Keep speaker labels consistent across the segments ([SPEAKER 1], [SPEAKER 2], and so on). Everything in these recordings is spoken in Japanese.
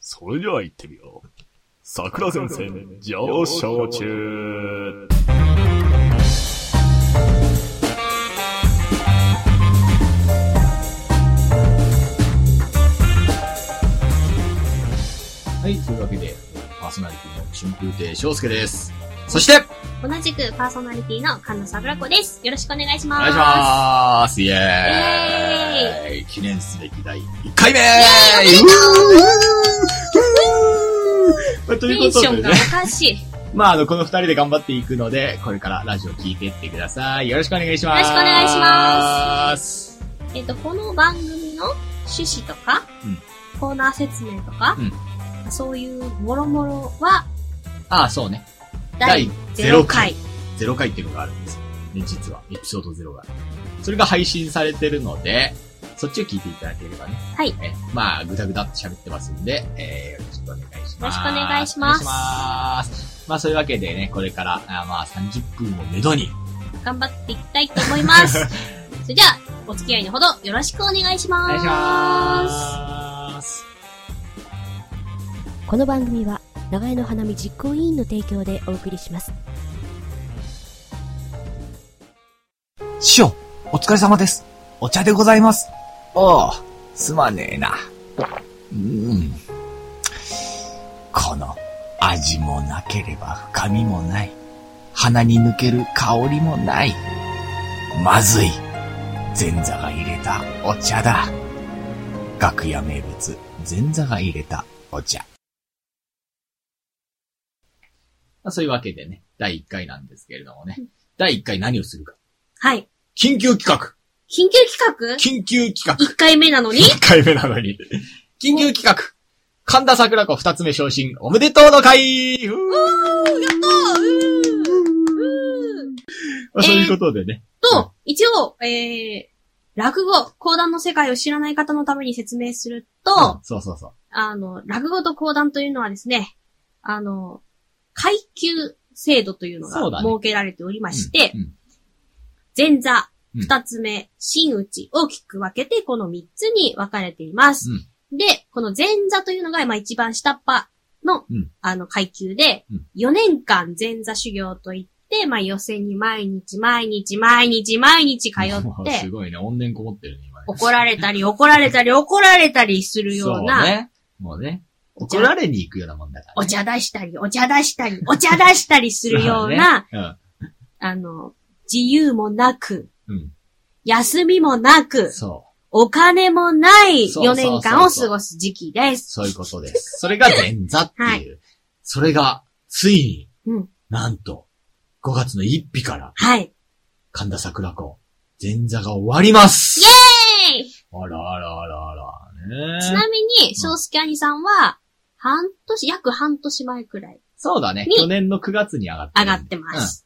[SPEAKER 1] それでは行ってみよう。桜前線上昇中。
[SPEAKER 2] はい、というわけで、パーソナリティの春風亭昇介です。そして、
[SPEAKER 3] 同じくパーソナリティの菅野桜子です。よろしくお願いし
[SPEAKER 2] お
[SPEAKER 3] ます。
[SPEAKER 2] 願いしますイェーイ記念すべき第1回目うーうーうーまあと
[SPEAKER 3] テ
[SPEAKER 2] いう
[SPEAKER 3] ン
[SPEAKER 2] こ
[SPEAKER 3] シ
[SPEAKER 2] と
[SPEAKER 3] ョン
[SPEAKER 2] で
[SPEAKER 3] が
[SPEAKER 2] ね、
[SPEAKER 3] おかしい。よ
[SPEAKER 2] まあ、あの、この二人で頑張っていくので、これからラジオ聞いていってください。よろしくお願いします。。
[SPEAKER 3] よろしくお願いしますえっと、この番組の趣旨とか、
[SPEAKER 2] うん
[SPEAKER 3] コーナー説明とか、そういうもろもろは、
[SPEAKER 2] ああ、そうね。
[SPEAKER 3] 第0回。
[SPEAKER 2] 0回っていうのがあるんですよ。ね、実は、エピソード0が。それが配信されてるので、そっちを聞いていただければね。
[SPEAKER 3] はい。
[SPEAKER 2] えまあ、ぐだぐだって喋ってますんで、えー、よろしくお願いします。
[SPEAKER 3] よろしくお願いします
[SPEAKER 2] お願いしますまあ、そういうわけでね、これから、あまあ、30分をめどに、
[SPEAKER 3] 頑張っていきたいと思 います。それじゃあ、お付き合いのほどよろしくお願いし
[SPEAKER 2] お
[SPEAKER 3] ます。
[SPEAKER 2] 願いします。
[SPEAKER 4] この番組は長屋の花見実行委員の提供でお送りします
[SPEAKER 5] 師匠、お疲れ様です。お茶でございます。おう、すまねえな。うん。この味もなければ深みもない。鼻に抜ける香りもない。まずい。前座が入れたお茶だ。楽屋名物、前座が入れたお茶。
[SPEAKER 2] まあ、そういうわけでね、第1回なんですけれどもね、第1回何をするか。
[SPEAKER 3] はい。
[SPEAKER 2] 緊急企画
[SPEAKER 3] 緊急企
[SPEAKER 2] 緊急企画
[SPEAKER 3] 画 ?1 回目なのに
[SPEAKER 2] 1回目なのに。緊急企画。神田桜子二つ目昇進、おめでとうの会ふー
[SPEAKER 3] うーやったーうーうー
[SPEAKER 2] まあそういうことでね。
[SPEAKER 3] と、一応、えー、落語、講談の世界を知らない方のために説明すると、
[SPEAKER 2] うんそうそうそう。
[SPEAKER 3] あの、落語と講談というのはですね、あの、階級制度というのが
[SPEAKER 2] そうだ
[SPEAKER 3] 設
[SPEAKER 2] ね
[SPEAKER 3] けられておりまして、
[SPEAKER 2] うんうん
[SPEAKER 3] 前座、
[SPEAKER 2] うん
[SPEAKER 3] 二つ目、真打ち、大きく分けて、この三つに分かれています。で、この前座というのが、まあ一番下っ端の、
[SPEAKER 2] うん
[SPEAKER 3] あの、階級で
[SPEAKER 2] うん、
[SPEAKER 3] 4年間前座修行といって、まあ予選に毎日毎日毎日毎日 通っ
[SPEAKER 2] す
[SPEAKER 3] て、
[SPEAKER 2] ごいね、怨念こもってるね、今ね。
[SPEAKER 3] 怒られたり怒られたり怒られたりするような、
[SPEAKER 2] そうね。もうね。
[SPEAKER 3] お茶
[SPEAKER 2] 怒られに行くようなもんだから、
[SPEAKER 3] お茶出したり、お茶出したり、お茶出したりするような、
[SPEAKER 2] そうね。
[SPEAKER 3] あの、自由もなく、
[SPEAKER 2] うん
[SPEAKER 3] 休みも
[SPEAKER 2] う
[SPEAKER 3] な
[SPEAKER 2] ん。
[SPEAKER 3] く、
[SPEAKER 2] そう。
[SPEAKER 3] お金もない
[SPEAKER 2] そうそ
[SPEAKER 3] 4
[SPEAKER 2] うそうそう
[SPEAKER 3] 年間を過ごす時期です。
[SPEAKER 2] そういうことです。それが前座っていう。
[SPEAKER 3] は
[SPEAKER 2] それが、ついに、
[SPEAKER 3] うん
[SPEAKER 2] なんと、5月の1日から、
[SPEAKER 3] はい。
[SPEAKER 2] 神田桜子、前座が終わります。
[SPEAKER 3] えい
[SPEAKER 2] あらあらあらあら、ね
[SPEAKER 3] ちなみに、正介兄さんは、半年、約半年前くらい
[SPEAKER 2] そうだね。
[SPEAKER 3] に
[SPEAKER 2] 去年の9月に上がって
[SPEAKER 3] 上
[SPEAKER 2] る
[SPEAKER 3] がってます。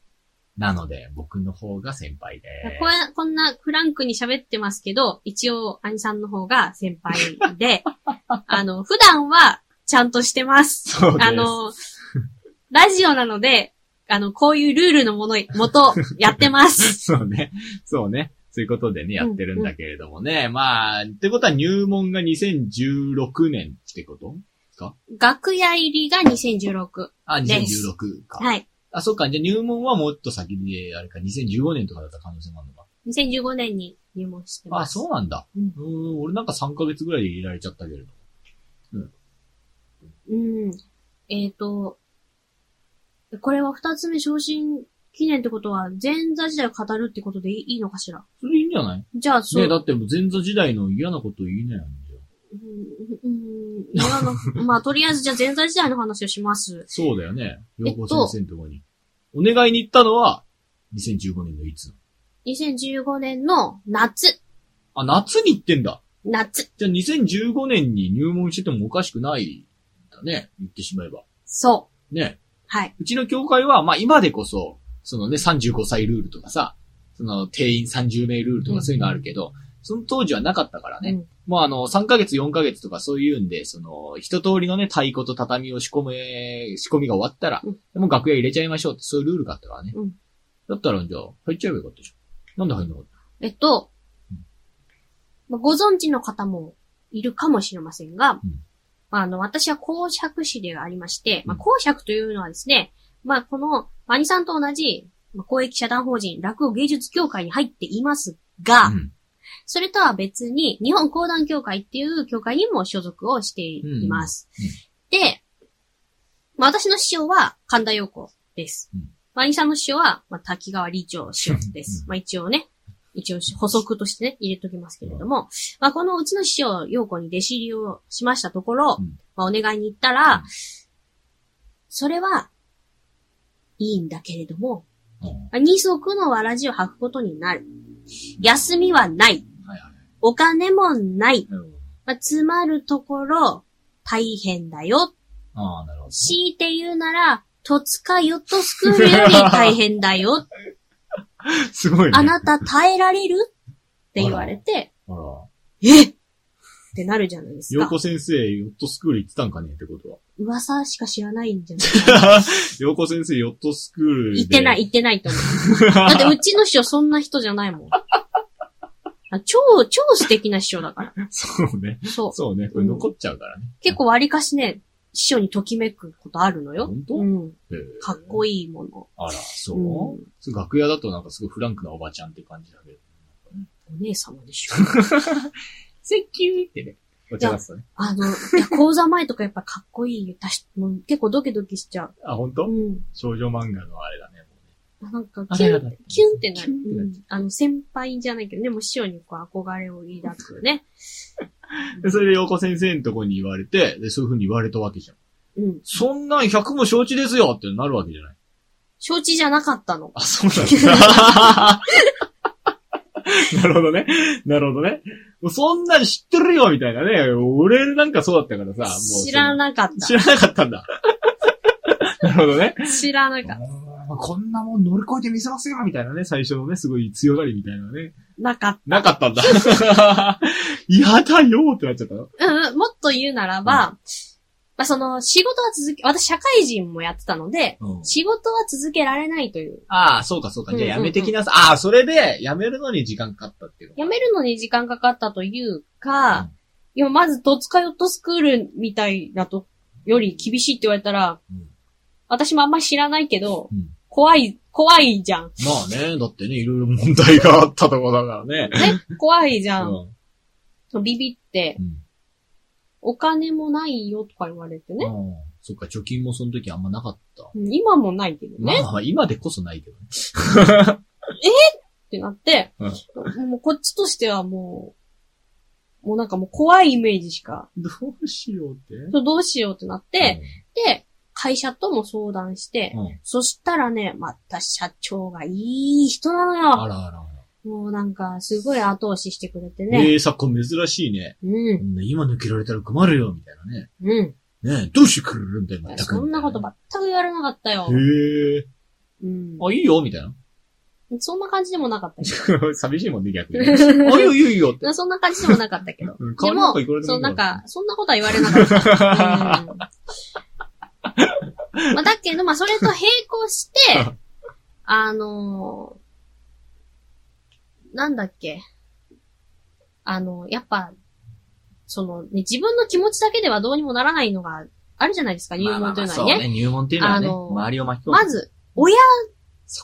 [SPEAKER 2] なので、僕の方が先輩で
[SPEAKER 3] これこんなフランクに喋ってますけど、一応、兄さんの方が先輩で、 あの、普段は、ちゃんとしてます。
[SPEAKER 2] す。そうです。
[SPEAKER 3] あの、ラジオなので、あの、こういうルールのもの、もと、やってます。
[SPEAKER 2] そうね。そうね。そういうことでね、やってるんだけれどもね。まあ、ってことは入門が2016年ってこと
[SPEAKER 3] 楽屋入りが2016。
[SPEAKER 2] あ、
[SPEAKER 3] です
[SPEAKER 2] 2016か。
[SPEAKER 3] はい。
[SPEAKER 2] あ、そっか。じゃあ入門はもっと先で、あれか、2015年とかだった可能性もあるのか。
[SPEAKER 3] 2015年に入門して
[SPEAKER 2] あ、
[SPEAKER 3] ます。
[SPEAKER 2] そうなんだ。
[SPEAKER 3] うん
[SPEAKER 2] うーん、俺なんか3ヶ月ぐらいで入れられちゃったけれども。
[SPEAKER 3] うん。えっ、と、これは二つ目昇進記念ってことは、前座時代を語るってことでいいいいのかしら
[SPEAKER 2] それいいんじゃない
[SPEAKER 3] じゃあ、そう。
[SPEAKER 2] ねだってもう前座時代の嫌なこと言いなよ。
[SPEAKER 3] うんうん、いやのまあ、とりあえずじゃあ前座時代の話をします。
[SPEAKER 2] そうだよね。
[SPEAKER 3] え
[SPEAKER 2] 陽
[SPEAKER 3] っと
[SPEAKER 2] 子先生のとこに。お願いに行ったのは、2015年のいつ
[SPEAKER 3] 2015年の夏。
[SPEAKER 2] あ、夏に行ってんだ。
[SPEAKER 3] 夏。
[SPEAKER 2] じゃあ2015年に入門しててもおかしくないんだね。言ってしまえば。
[SPEAKER 3] そ
[SPEAKER 2] ね。
[SPEAKER 3] う。はい。
[SPEAKER 2] うちの教会は、まあ今でこそ、そのね、35歳ルールとかさ、その定員30名ルールとかそういうのあるけど、その当時はなかったからね。
[SPEAKER 3] うん
[SPEAKER 2] まああの、3ヶ月4ヶ月とかそういうんで、その、一通りのね、太鼓と畳を仕込め、仕込みが終わったら、もう楽屋入れちゃいましょうって、そういうルールがあったからね。
[SPEAKER 3] うん
[SPEAKER 2] だったら、じゃあ、入っちゃえばよかったじゃん。なんで入んなかった
[SPEAKER 3] えっと、まあご存知の方もいるかもしれませんが、
[SPEAKER 2] うん
[SPEAKER 3] まあ、あの、私は公爵士でがありまして、まあ、公爵というのはですね、まあ、この、マニさんと同じ、まあ公益社団法人落語芸術協会に入っていますが、
[SPEAKER 2] うん
[SPEAKER 3] それとは別に、日本講談協会っていう協会にも所属をしています。で、まあ、私の師匠は神田陽子です。
[SPEAKER 2] うん
[SPEAKER 3] マニさんの師匠は、まあ、滝川理長師匠です。まあ、一応ね、一応補足としてね、入れときますけれども、まあ、このうちの師匠、陽子に弟子入りをしましたところ、
[SPEAKER 2] うん
[SPEAKER 3] まあ、お願いに行ったら、それは、いいんだけれども、
[SPEAKER 2] うん
[SPEAKER 3] まあ二足のわらじを履くことになる。休みはない。
[SPEAKER 6] はいはい。
[SPEAKER 3] お金もない。
[SPEAKER 6] なるほど
[SPEAKER 3] まあ、つまるところ、大変だよ。
[SPEAKER 6] ああ、なるほど。
[SPEAKER 3] 強いて言うなら、戸塚ヨットスクールより大変だ よ。
[SPEAKER 6] すごいね。
[SPEAKER 3] あなた耐えられるって言われて、
[SPEAKER 6] ほら。
[SPEAKER 3] えってなるじゃないです
[SPEAKER 6] 洋
[SPEAKER 3] か。
[SPEAKER 6] 子先生、ヨットスクール行ってたんかねってことは。
[SPEAKER 3] 噂しか知らないんじゃない
[SPEAKER 6] 洋子先生、ヨットスクールで。
[SPEAKER 3] 行ってない、行ってないと思 う。だってうちの師匠そんな人じゃないもん。あ超、超素敵な師匠だから。
[SPEAKER 6] そう ね。
[SPEAKER 3] そう。
[SPEAKER 6] そうね。これ残っちゃうからね。
[SPEAKER 3] 結構割かしね、師匠にときめくことあるのよ。
[SPEAKER 6] 本当
[SPEAKER 3] うん。
[SPEAKER 6] へえ
[SPEAKER 3] かっこいいもの。
[SPEAKER 6] あら、そう、
[SPEAKER 3] うん
[SPEAKER 6] そう楽屋だとなんかすごいフランクなおばちゃんって感じだけど。
[SPEAKER 3] お姉様でしょ。
[SPEAKER 6] セキューってね。お茶出すとね。
[SPEAKER 3] あの、いや講座前とかやっぱかっこいい。たしもう結構ドキドキしちゃ
[SPEAKER 6] あ、本
[SPEAKER 3] う。
[SPEAKER 6] 当
[SPEAKER 3] うん。
[SPEAKER 6] 少女漫画のあれだね。
[SPEAKER 3] なんか
[SPEAKER 6] あ
[SPEAKER 3] キュ
[SPEAKER 6] だ
[SPEAKER 3] ン
[SPEAKER 6] だ、
[SPEAKER 3] キュンってな
[SPEAKER 6] キ
[SPEAKER 3] る。
[SPEAKER 6] ュンってな
[SPEAKER 3] う
[SPEAKER 6] る
[SPEAKER 3] んあの、先輩じゃないけどね、もう師匠にこう憧れを抱くね。
[SPEAKER 6] でそれで洋子先生のとこに言われて、で、そういう風に言われたわけじゃん。
[SPEAKER 3] うん。
[SPEAKER 6] そんなん100も承知ですよってなるわけじゃない。
[SPEAKER 3] 承知じゃなかったの。
[SPEAKER 6] あ、そう なんだ。なるほどね。なるほどね。もうそんなん知ってるよみたいなね。俺なんかそうだったからさ。もう
[SPEAKER 3] 知ら
[SPEAKER 6] な
[SPEAKER 3] なかっ
[SPEAKER 6] 知らなかったんだ。 なるほどね。
[SPEAKER 3] た。知らなかった。
[SPEAKER 6] うんこんなもん乗り越えてみせますよみたいなね、最初のね、すごい強がりみたいなね。
[SPEAKER 3] なかっ
[SPEAKER 6] なかったんだ。 やだよってなっちゃったの
[SPEAKER 3] た。うんうん、もっと言うならば、まあその、仕事は続け、私社会人もやってたので、仕事は続けられないという。
[SPEAKER 6] ああ、そうかそうか。じゃあやめてきなさい。ああ、それで、やめるのに時間かかったっていうの
[SPEAKER 3] 辞めるのに時間かかったというか、いや、まず、戸塚ヨットスクールみたいなと、より厳しいって言われたら、
[SPEAKER 6] うん
[SPEAKER 3] 私もあんまり知らないけど、
[SPEAKER 6] うん
[SPEAKER 3] 怖い、怖いじゃ ん。
[SPEAKER 6] まあね、だってね、いろいろ問題があったとこだからね。
[SPEAKER 3] ね、怖いじ
[SPEAKER 6] う
[SPEAKER 3] ゃん。
[SPEAKER 6] ん。
[SPEAKER 3] ビビって、お金もないよとか言われて
[SPEAKER 6] う
[SPEAKER 3] ね。
[SPEAKER 6] ん。そっか、貯金もその時あんまなかった。
[SPEAKER 3] うん今もないけど
[SPEAKER 6] ま
[SPEAKER 3] ね。
[SPEAKER 6] あ
[SPEAKER 3] っ
[SPEAKER 6] まあ今でこそないけどね。
[SPEAKER 3] てなって、もうこっちとしてはもう、もうなんかもう怖いイメージしか。
[SPEAKER 6] どうしようって。
[SPEAKER 3] そうどうしようってなって、で、会社とも相談して、
[SPEAKER 6] うん、うん。
[SPEAKER 3] そしたらね、また社長がいい人なのよ。
[SPEAKER 6] あらあらあ
[SPEAKER 3] もうなんか、すごい後押ししてくれて
[SPEAKER 6] ら。
[SPEAKER 3] ね。
[SPEAKER 6] ええ、昨今珍しいね。
[SPEAKER 3] うん、
[SPEAKER 6] 今抜けられたら困るよ、みたいなね。
[SPEAKER 3] うん。
[SPEAKER 6] ねえ、どうしてくれるんだよ、全く。
[SPEAKER 3] そんなこと全く言われなかったよ。
[SPEAKER 6] へえ。
[SPEAKER 3] うん。
[SPEAKER 6] あ、いいよ、みたいな。
[SPEAKER 3] そんな感じでもなかったけ
[SPEAKER 6] 寂しいもんね、逆に。 あ、いいよ、いいよ、いいよ って。
[SPEAKER 3] ど。そんな感じでもなかったけど。
[SPEAKER 6] うん
[SPEAKER 3] で
[SPEAKER 6] 顔なんかいくらでもいい
[SPEAKER 3] そう、なん
[SPEAKER 6] から
[SPEAKER 3] か、そんなことは言われなかった。うんまあ、だけど、まあ、それと並行 して、あのーなんだっけ。あの、やっぱ、その、ね、自分の気持ちだけではどうにもならないのがあるじゃないですか、入門というのはね。ま
[SPEAKER 6] そうね、入門っていうのはね、周りを巻き込む。
[SPEAKER 3] ず、親、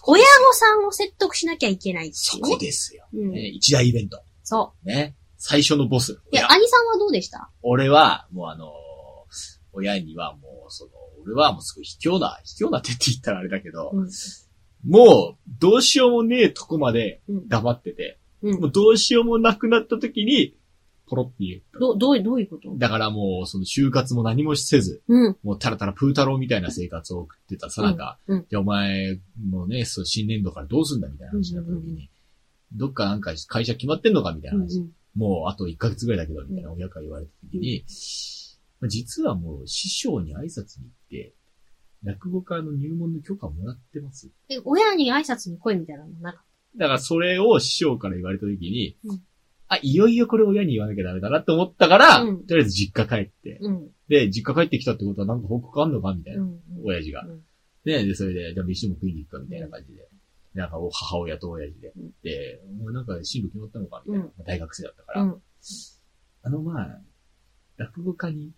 [SPEAKER 3] 親御さんを説得しなきゃいけないって
[SPEAKER 6] そ
[SPEAKER 3] いうね
[SPEAKER 6] こですよ。
[SPEAKER 3] うん
[SPEAKER 6] ね一大イベント。
[SPEAKER 3] そ
[SPEAKER 6] ね。最初のボス。
[SPEAKER 3] う。い
[SPEAKER 6] いや
[SPEAKER 3] や、兄さんはどうでした
[SPEAKER 6] 俺は、もうあのー、親にはもう、その、俺はもうすごい卑怯な、卑怯な手って言ったらあれだけど、
[SPEAKER 3] うん
[SPEAKER 6] もう、どうしようもねえとこまで
[SPEAKER 3] うん
[SPEAKER 6] 黙ってて、
[SPEAKER 3] うん
[SPEAKER 6] もうどうしようもなくなった時に、ポロって言う。
[SPEAKER 3] ど、どう、どういうこと
[SPEAKER 6] だからもう、その就活も何もせず、
[SPEAKER 3] うん。
[SPEAKER 6] もうたらたらプータローみたいな生活を送ってたさなか、
[SPEAKER 3] うん
[SPEAKER 6] じゃあお前もね、そう新年度からどうすんだみたいな話になった時に、
[SPEAKER 3] うんうんう
[SPEAKER 6] どっかなんか会社決まってんのかみたいな
[SPEAKER 3] うん
[SPEAKER 6] 話、もうあと1ヶ月ぐらいだけどみたいな親から言われた時に、まあ実はもう師匠に挨拶に行って、落語家の入門の許可をもらってます。
[SPEAKER 3] え、親に挨拶に来いみたいなのなんか
[SPEAKER 6] だからそれを師匠から言われた時に、
[SPEAKER 3] うん
[SPEAKER 6] あ、いよいよこれ親に言わなきゃダメだなって思ったから、
[SPEAKER 3] うん
[SPEAKER 6] とりあえず実家帰って、
[SPEAKER 3] うん。
[SPEAKER 6] で、実家帰ってきたってことはなんか報告あんのかみたいうな、
[SPEAKER 3] ん。
[SPEAKER 6] 親父が。
[SPEAKER 3] うん
[SPEAKER 6] ねで、それで、じゃあ飯でも食いに行くかみたいな感じで。なんか、お母親と親父で
[SPEAKER 3] うん。
[SPEAKER 6] で、もうなんか進路決まったのかみたいな。
[SPEAKER 3] う
[SPEAKER 6] 大学生だったか
[SPEAKER 3] う
[SPEAKER 6] ら。
[SPEAKER 3] ん。
[SPEAKER 6] あの、まあ、落語家に。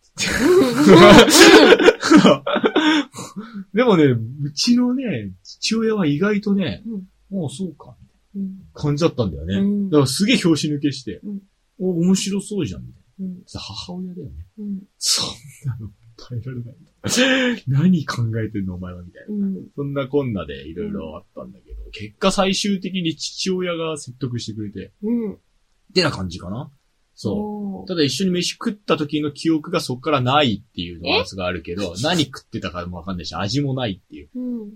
[SPEAKER 6] でもね、うちのね、父親は意外とね、
[SPEAKER 3] うん
[SPEAKER 6] もうそうか、
[SPEAKER 3] うん
[SPEAKER 6] 感じだったんだよね。
[SPEAKER 3] うん
[SPEAKER 6] だからすげえ拍子抜けして、
[SPEAKER 3] うん
[SPEAKER 6] お、面白そうじゃん、みたい
[SPEAKER 3] うん
[SPEAKER 6] な。さ母親だよね。
[SPEAKER 3] うん
[SPEAKER 6] そんなの耐えられない。 何考えてんの、お前は、みたいな。
[SPEAKER 3] うん
[SPEAKER 6] そんなこんなでいろいろあったんだけど、結果最終的に父親が説得してくれて、
[SPEAKER 3] うん
[SPEAKER 6] ってな感じかな。そう。
[SPEAKER 3] おー
[SPEAKER 6] ただ一緒に飯食った時の記憶がそこからないっていうのはがあるけど、何食ってたかもわかんないし、味もないっていう。
[SPEAKER 3] うん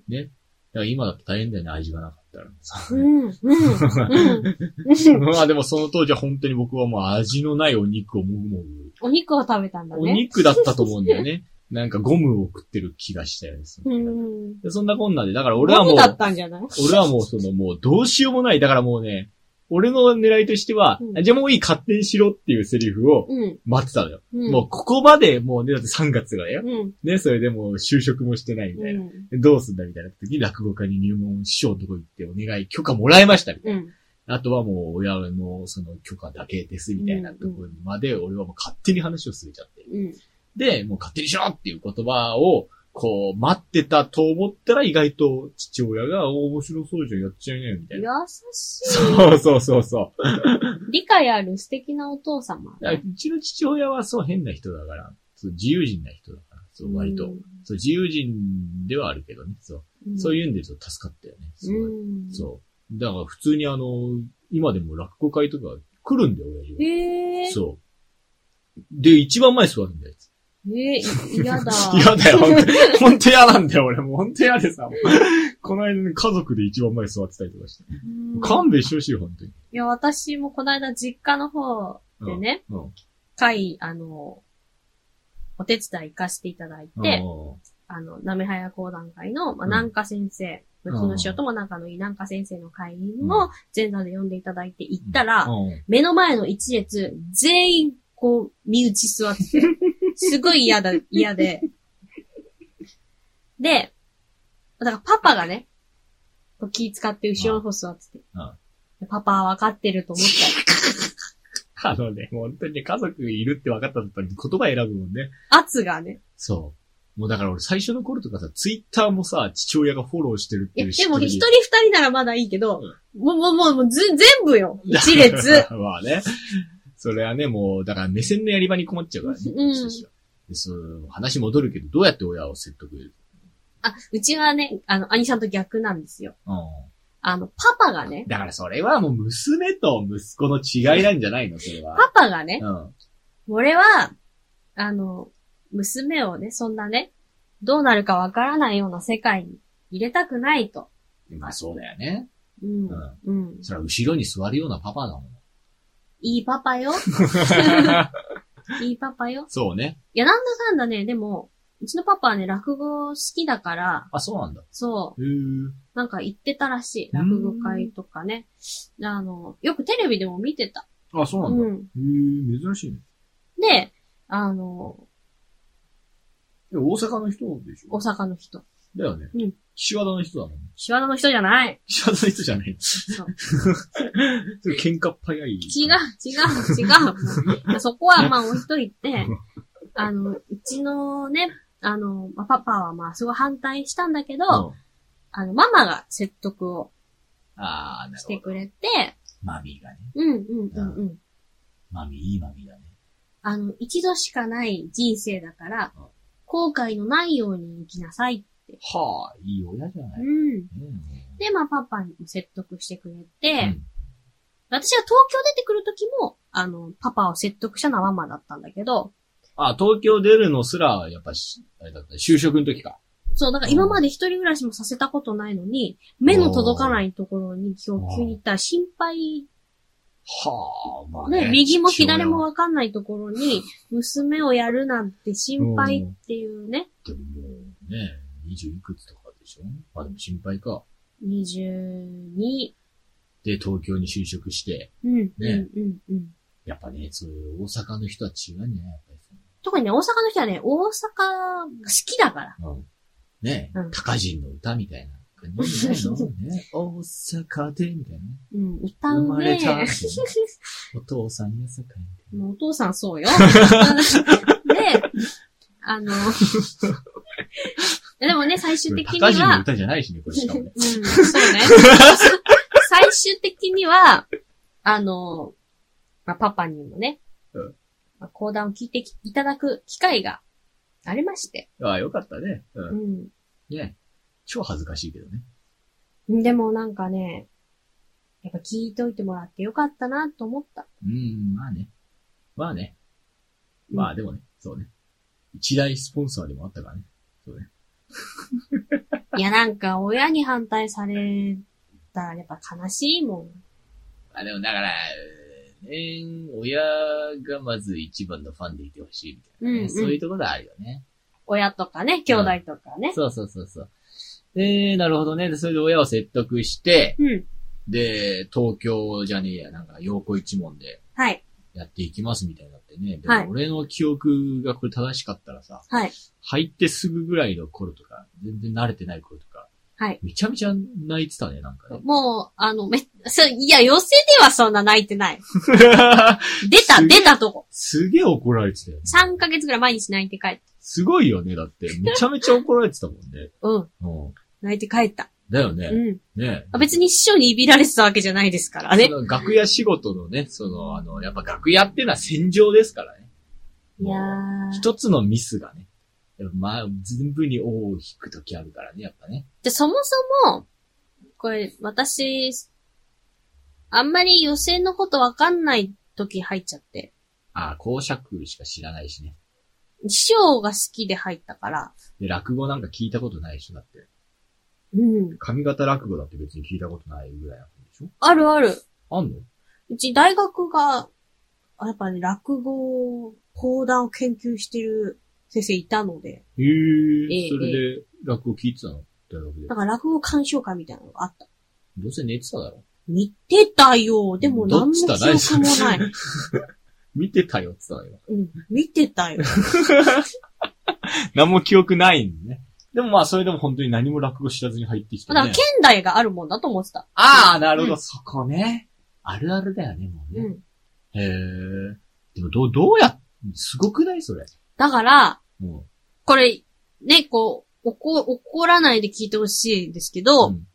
[SPEAKER 6] だから今だと大変だよね、味がなかったら。
[SPEAKER 3] うんうんうん
[SPEAKER 6] まあでもその当時は本当に僕はもう味のないお肉をもぐもぐ。
[SPEAKER 3] お肉を食べたんだ
[SPEAKER 6] お
[SPEAKER 3] ね。
[SPEAKER 6] 肉だったと思うんだよね。なんかゴムを食ってる気がしたよね。その
[SPEAKER 3] う
[SPEAKER 6] 時は
[SPEAKER 3] ん。
[SPEAKER 6] でそんなこんなで、だから俺は
[SPEAKER 3] ゴ
[SPEAKER 6] も
[SPEAKER 3] ム
[SPEAKER 6] う、
[SPEAKER 3] だったんじゃない
[SPEAKER 6] 俺はもうそのもうどうしようもない。だからもうね、俺の狙いとしては、
[SPEAKER 3] うん
[SPEAKER 6] あじゃあもういい勝手にしろっていうセリフを
[SPEAKER 3] うん。
[SPEAKER 6] 待ってたのよ。
[SPEAKER 3] うん
[SPEAKER 6] もうここまでもうね、だって3月がよ。
[SPEAKER 3] うん。
[SPEAKER 6] ね、それでもう就職もしてないみたいな。
[SPEAKER 3] う
[SPEAKER 6] でどうすんだみたいな時に落語家に入門しようとこ行ってお願い、許可もらいましたみたい
[SPEAKER 3] ん。
[SPEAKER 6] な。あとはもう親のその許可だけですみたいなところまで俺はもう勝手に話を進めちゃって。
[SPEAKER 3] うん。
[SPEAKER 6] で、もう勝手にしろっていう言葉を、こう、待ってたと思ったら意外と父親が、お面白そうじゃん、やっちゃいなよ、みたい
[SPEAKER 3] 優
[SPEAKER 6] な。
[SPEAKER 3] しい。
[SPEAKER 6] そうそうそうそう。
[SPEAKER 3] 理解ある素敵なお父様。
[SPEAKER 6] だからうちの父親はそう変な人だから、そう自由人な人だから、そう割と。そう自由人ではあるけどね、そう。
[SPEAKER 3] ん。
[SPEAKER 6] そういうんでちょっと助かったよね。すごい
[SPEAKER 3] うん。
[SPEAKER 6] そう。だから普通にあの、今でも落語会とか来るんだよ、親父は。
[SPEAKER 3] へえ。
[SPEAKER 6] そう。で、一番前座るんだよ。
[SPEAKER 3] えー、嫌だ。
[SPEAKER 6] 嫌だよ、本当に。 本当嫌なんだよ、俺。もう本当嫌でさ。もうこの間ね、家族で一番前座ってたりとかして。
[SPEAKER 3] うん
[SPEAKER 6] 勘弁してほしいよ、本当に。
[SPEAKER 3] いや、私もこの間実家の方でね、
[SPEAKER 6] うんうん
[SPEAKER 3] 会、あの、お手伝い行かせていただいて、あの、なめはや講談会の、まあ、
[SPEAKER 6] うん
[SPEAKER 3] 南下先生、うちの師匠とも仲のいい南下先生の会の前座で呼んでいただいて行ったら、
[SPEAKER 6] うん
[SPEAKER 3] 目の前の一列、全員、こう、身内座ってて、すごい嫌だ、嫌で。で、だからパパがね、こう気使って後ろの方座ってて
[SPEAKER 6] うんうん。
[SPEAKER 3] でパパは分かってると思った
[SPEAKER 6] あのね、もう本当にね、家族いるって分かった時に言葉選ぶもんね。
[SPEAKER 3] ら。 圧がね。
[SPEAKER 6] そう。もうだから俺最初の頃とかさ、ツイッターもさ、父親がフォローしてるっ
[SPEAKER 3] い
[SPEAKER 6] てい
[SPEAKER 3] や、
[SPEAKER 6] う
[SPEAKER 3] でも一
[SPEAKER 6] 知っ
[SPEAKER 3] 人
[SPEAKER 6] てる
[SPEAKER 3] 二人ならまだいいけど、もう、もう、もう、もうず、全 部よ。一列。
[SPEAKER 6] まあね。それはね、もう、だから目線のやり場に困っちゃうからね。
[SPEAKER 3] うん
[SPEAKER 6] そうそうでそう話戻るけど、どうやって親を説得する
[SPEAKER 3] あ、うちはね、あの、兄さんと逆なんですよ。
[SPEAKER 6] うん
[SPEAKER 3] あの、パパがね、
[SPEAKER 6] だからそれはもう娘と息子の違いなんじゃないのそれは。
[SPEAKER 3] パパがね、
[SPEAKER 6] うん。
[SPEAKER 3] 俺は、あの、娘をね、そんなね、どうなるかわからないような世界に入れたくないと。
[SPEAKER 6] まあそうだよね。
[SPEAKER 3] うん。
[SPEAKER 6] うん
[SPEAKER 3] うん。
[SPEAKER 6] それは後ろに座るようなパパだもん。
[SPEAKER 3] いいパ パよ。いいパパよ。
[SPEAKER 6] そうね。
[SPEAKER 3] いや、なんだかんだね、でも、うちのパパはね、落語好きだから、
[SPEAKER 6] あ、そうなんだ。
[SPEAKER 3] そう、
[SPEAKER 6] へえ。
[SPEAKER 3] なんか行ってたらしい。
[SPEAKER 6] うーん
[SPEAKER 3] 落語会とかね。あの、よくテレビでも見てた。
[SPEAKER 6] あ、そうな
[SPEAKER 3] うん
[SPEAKER 6] だ。へ
[SPEAKER 3] ん。
[SPEAKER 6] え、珍しいね。
[SPEAKER 3] で、あの、
[SPEAKER 6] でも大阪の人でし
[SPEAKER 3] 大
[SPEAKER 6] ょ
[SPEAKER 3] 阪の人。
[SPEAKER 6] だよね。
[SPEAKER 3] うん。
[SPEAKER 6] 岸和田の人だもん。
[SPEAKER 3] 岸和田の人じゃない。
[SPEAKER 6] 岸和田の人じゃない。そう喧嘩っ早い。
[SPEAKER 3] 違う、違う、違 う。もうそこはまあ置いといて、あの、うちのね、あの、まあ、パパはまあすごい反対したんだけど、
[SPEAKER 6] うん。
[SPEAKER 3] あの、ママが説得を
[SPEAKER 6] あー、なる
[SPEAKER 3] し
[SPEAKER 6] ほ
[SPEAKER 3] て
[SPEAKER 6] ど。
[SPEAKER 3] くれて、
[SPEAKER 6] マミーがね。
[SPEAKER 3] うん、うん、うん、うん。
[SPEAKER 6] マミー、いいマミーだね。
[SPEAKER 3] あの、一度しかない人生だから
[SPEAKER 6] うん、
[SPEAKER 3] 後悔のないように生きなさい。
[SPEAKER 6] はあ、いい親じゃな
[SPEAKER 3] う
[SPEAKER 6] い。
[SPEAKER 3] ん。
[SPEAKER 6] うん
[SPEAKER 3] で、まあパパにも説得してくれて、
[SPEAKER 6] うん
[SPEAKER 3] 私は東京出てくる時も、あの、パパを説得したのはママだったんだけど、
[SPEAKER 6] あ、東京出るのすら、やっぱし、あれだった、就職の時か。
[SPEAKER 3] そう、だから今まで一人暮らしもさせたことないのに、目の届かないところに今日急に行ったら心配、
[SPEAKER 6] はあ、まあね。
[SPEAKER 3] ね、右も左もわかんないところに、娘をやるなんて心配っていうね、
[SPEAKER 6] 父親は。でももうね、二十いくつとかでしょまあでも心配か。
[SPEAKER 3] 22、
[SPEAKER 6] で、東京に就職して、
[SPEAKER 3] うん、うん、
[SPEAKER 6] ね
[SPEAKER 3] うん、うん。
[SPEAKER 6] やっぱね、そういう大阪の人は違うんじゃないやっぱり
[SPEAKER 3] 特にね、大阪の人はね、大阪が好きだから。
[SPEAKER 6] その。うん。ね、
[SPEAKER 3] うん
[SPEAKER 6] 高人の歌みたいな感じじゃないのね。大阪で、みたいなね。
[SPEAKER 3] うん、歌
[SPEAKER 6] 生
[SPEAKER 3] う
[SPEAKER 6] まれ
[SPEAKER 3] ね
[SPEAKER 6] た。。お父さんやさかいみたいな。
[SPEAKER 3] もうお父さんそうよ。あの、 でもね、最終的に
[SPEAKER 6] 高人の
[SPEAKER 3] は、
[SPEAKER 6] 歌じゃないしね、これしかもね。
[SPEAKER 3] うん、そうね。最終的には、あの、まあ、パパにもね、
[SPEAKER 6] うん
[SPEAKER 3] まあ、講談を聞いてきいただく機会がありまして。
[SPEAKER 6] ああ、よかったね。う。
[SPEAKER 3] うんん。
[SPEAKER 6] ね超恥ずかしいけどね。
[SPEAKER 3] でもなんかね、やっぱ聞いといてもらってよかったなと思った。
[SPEAKER 6] うん、まあね。まあね。
[SPEAKER 3] うん
[SPEAKER 6] まあでもね、そうね。一大スポンサーでもあったからね。
[SPEAKER 3] いや、なんか親に反対されたらやっぱ悲しいも
[SPEAKER 6] あ、でもだから、ね、親がまず一番のファンでいてほしいみ
[SPEAKER 3] ん。うん、うん。
[SPEAKER 6] ところがあるよね。
[SPEAKER 3] 親とかね、兄弟とかね。
[SPEAKER 6] そうそうそうそう。で、なるほどね。でそれで親を説得して、
[SPEAKER 3] うん。
[SPEAKER 6] で、東京じゃねえや、なんか、陽子一門で
[SPEAKER 3] はい。
[SPEAKER 6] やっていきますみたいになってね。で
[SPEAKER 3] はい
[SPEAKER 6] も俺の記憶がこれ正しかったらさ、
[SPEAKER 3] はい。
[SPEAKER 6] 入ってすぐぐらいの頃とか、全然慣れてない頃とか、
[SPEAKER 3] はい。
[SPEAKER 6] めちゃめちゃ泣いてたね、なんかね。
[SPEAKER 3] もう、あの、め、そう、いや、寄せではそんな泣いてない。出た、
[SPEAKER 6] すげえ
[SPEAKER 3] 出たとこ。
[SPEAKER 6] すげえ怒られてたよね。
[SPEAKER 3] 3ヶ月ぐらい毎日泣いて帰った。
[SPEAKER 6] すごいよね、だって。めちゃめちゃ怒られてたもんね。
[SPEAKER 3] うん。
[SPEAKER 6] うん。
[SPEAKER 3] 泣いて帰った。
[SPEAKER 6] だよ
[SPEAKER 3] う
[SPEAKER 6] ね。
[SPEAKER 3] ん。
[SPEAKER 6] ね
[SPEAKER 3] あ別に師匠にいびられてたわけじゃないですからね
[SPEAKER 6] そ。の楽屋仕事のね、その、あの、やっぱ楽屋ってのは戦場ですからね。
[SPEAKER 3] いやー。
[SPEAKER 6] 一つのミスがね、やっぱまあ、全部に尾を引くときあるからね、やっぱね。
[SPEAKER 3] で、そもそも、これ、私、あんまり予選のことわかんない時入っちゃって。
[SPEAKER 6] ああ、公爵しか知らないしね。
[SPEAKER 3] 師匠が好きで入ったから。
[SPEAKER 6] で、落語なんか聞いたことない人だって。
[SPEAKER 3] うん。
[SPEAKER 6] 髪型落語だって別に聞いたことないぐらいあるんでしょ
[SPEAKER 3] あるある。
[SPEAKER 6] あんの
[SPEAKER 3] うち大学が、あやっぱね、落語、講談を研究してる先生いたので。
[SPEAKER 6] へえ
[SPEAKER 3] ええ
[SPEAKER 6] それで落語聞いてたの大学で
[SPEAKER 3] だ。から落語鑑賞会みたいなのがあった。
[SPEAKER 6] どうせ寝てただろ。
[SPEAKER 3] 見てたよ。でも何の記憶
[SPEAKER 6] どっちだ
[SPEAKER 3] もない。
[SPEAKER 6] 見てたよって言ってたのよ。
[SPEAKER 3] うん。見てたよ。
[SPEAKER 6] 何も記憶ないんね。でもまあ、それでも本当に何も落語知らずに入ってき
[SPEAKER 3] だから、現代があるもんだと思ってた。
[SPEAKER 6] ああ、なるほど、
[SPEAKER 3] うん
[SPEAKER 6] そこね。あるあるだよね、もう
[SPEAKER 3] う
[SPEAKER 6] ね。
[SPEAKER 3] ん。
[SPEAKER 6] へえ。でも、どう、どうやっ、すごくないそれ。
[SPEAKER 3] だから、
[SPEAKER 6] も
[SPEAKER 3] これ、ね、こう、怒、怒らないで聞いてほしいんですけ
[SPEAKER 6] う。
[SPEAKER 3] ど、
[SPEAKER 6] うん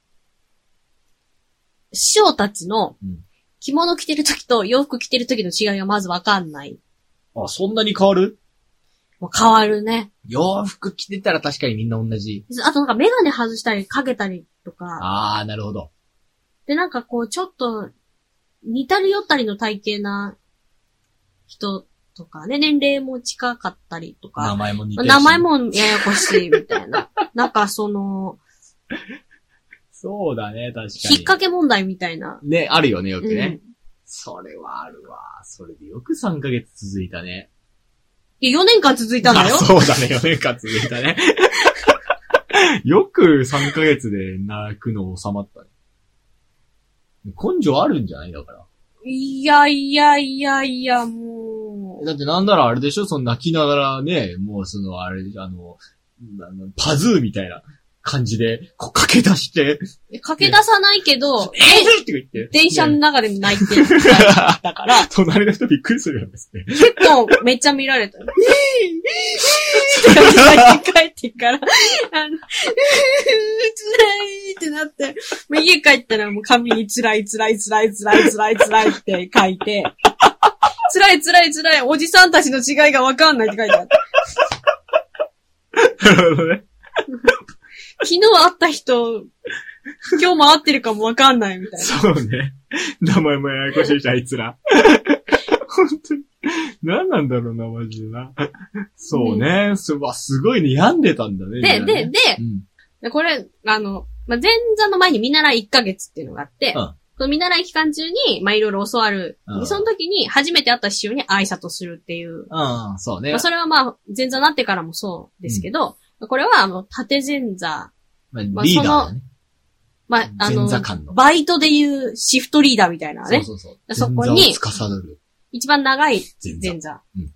[SPEAKER 3] 師匠たちの
[SPEAKER 6] うん
[SPEAKER 3] 着物着てる時と洋服着てる時の違いがまずわかんない。
[SPEAKER 6] あ、そんなに変わる
[SPEAKER 3] もう変わるね。
[SPEAKER 6] 洋服着てたら確かにみんな同じ。
[SPEAKER 3] あとなんかメガネ外したりかけたりとか、
[SPEAKER 6] ああ、なるほど。
[SPEAKER 3] でなんかこうちょっと似たり寄ったりの体型な人とかね、年齢も近かったりとか
[SPEAKER 6] 名、前も似てるし
[SPEAKER 3] 名前。もややこしいみたいな。 なんかその、
[SPEAKER 6] そうだね、確かに。
[SPEAKER 3] 引っ掛け問題みたいな。
[SPEAKER 6] ね、あるよね、よく
[SPEAKER 3] う
[SPEAKER 6] ね
[SPEAKER 3] ん。。
[SPEAKER 6] それはあるわ。それでよく3ヶ月続いたね。
[SPEAKER 3] いや、4年間続いたんだよ
[SPEAKER 6] あ。そうだね、4年間続いた ね。よく3ヶ月で泣くの収まったね。根性あるんじゃないだから。
[SPEAKER 3] いやいやいやいや、もう。
[SPEAKER 6] だってなんならあれでしょその泣きながらね、もうそのあれ、あの、あのパズーみたいな感じで、こう駆け出して、
[SPEAKER 3] 駆け出さないけど、
[SPEAKER 6] えーって言って。
[SPEAKER 3] 電車の
[SPEAKER 6] ね
[SPEAKER 3] 中で泣い てるみたいだから、
[SPEAKER 6] 隣の人びっくりするよね。
[SPEAKER 3] 結構めっちゃ見られたよ。って感じで帰ってから、あの、辛いってなって、もう家帰ったらもう紙に辛い辛い辛い辛い辛い辛いって書いて、辛い辛い辛い、おじさんたちの違いがわかんないって書いてあった。
[SPEAKER 6] なるほどね。
[SPEAKER 3] 昨日会った人、今日も会ってるかもわかんないみたいな。
[SPEAKER 6] そうね。名前もややこしいし、あいつら。本当に。何なんだろうな、マジでな。そうね。すわ、すごいね。病んでたんだね。
[SPEAKER 3] で、
[SPEAKER 6] みんな
[SPEAKER 3] で、
[SPEAKER 6] ね
[SPEAKER 3] で、
[SPEAKER 6] うん。
[SPEAKER 3] で、これ、あの、まあ、前座の前に見習い1ヶ月っていうのがあって、
[SPEAKER 6] うん
[SPEAKER 3] その見習い期間中に、まあ、いろいろ教わる。
[SPEAKER 6] う
[SPEAKER 3] で
[SPEAKER 6] ん
[SPEAKER 3] その時に、初めて会った師匠に挨拶をするっていう。
[SPEAKER 6] うん、そうね
[SPEAKER 3] まあ、。それはまあ、前座になってからもそうですけど、これは、あの、縦前座。
[SPEAKER 6] まあ
[SPEAKER 3] まあ
[SPEAKER 6] リーダーだね。
[SPEAKER 3] まあ、あの
[SPEAKER 6] 前座間の、
[SPEAKER 3] バイトでいうシフトリーダーみたいなね。
[SPEAKER 6] そうそうそう。
[SPEAKER 3] そこに
[SPEAKER 6] 前座を司る。
[SPEAKER 3] 一番長い
[SPEAKER 6] 前座。
[SPEAKER 3] 前座。
[SPEAKER 6] うん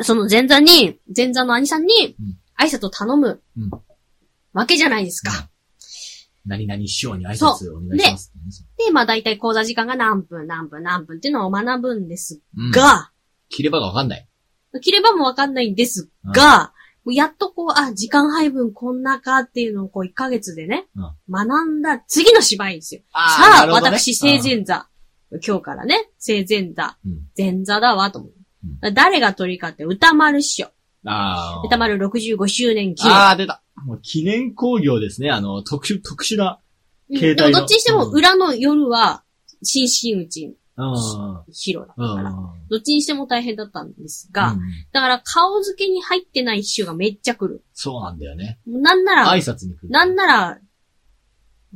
[SPEAKER 3] その前座に、前座の兄さんに
[SPEAKER 6] うん、
[SPEAKER 3] 挨拶を頼む
[SPEAKER 6] うん
[SPEAKER 3] わけじゃないですか。
[SPEAKER 6] 何々師匠に挨拶お願いします。
[SPEAKER 3] で、まあ大体講座時間が何分何分何分っていうのを学ぶんです
[SPEAKER 6] うん、
[SPEAKER 3] が、
[SPEAKER 6] 切ればがわかんない。
[SPEAKER 3] 切ればもわかんないんですが、もうやっとこう、あ、時間配分こんなかっていうのをこう1ヶ月でね、
[SPEAKER 6] うん
[SPEAKER 3] 学んだ次の芝居ですよ。さあ、私、性善座。今日からね、性善座
[SPEAKER 6] うん。
[SPEAKER 3] 前座だわ、と思う。誰が取りかって、歌丸師匠。
[SPEAKER 6] あー
[SPEAKER 3] 歌丸65周年記念。
[SPEAKER 6] あー、出た。もう記念工業ですね。あの、特殊、特殊な。
[SPEAKER 3] うん
[SPEAKER 6] 携
[SPEAKER 3] で
[SPEAKER 6] 帯の
[SPEAKER 3] もどっちにしても
[SPEAKER 6] うん
[SPEAKER 3] 裏の夜は、新真打ち
[SPEAKER 6] うん。
[SPEAKER 3] 広だ
[SPEAKER 6] う
[SPEAKER 3] ったから、
[SPEAKER 6] ん。
[SPEAKER 3] どっちにしても大変だったんですが、
[SPEAKER 6] うん、
[SPEAKER 3] だから顔付けに入ってない秘書がめっちゃ来る。
[SPEAKER 6] そうなんだよね。
[SPEAKER 3] なんなら
[SPEAKER 6] 挨、拶に来る。
[SPEAKER 3] なんなら、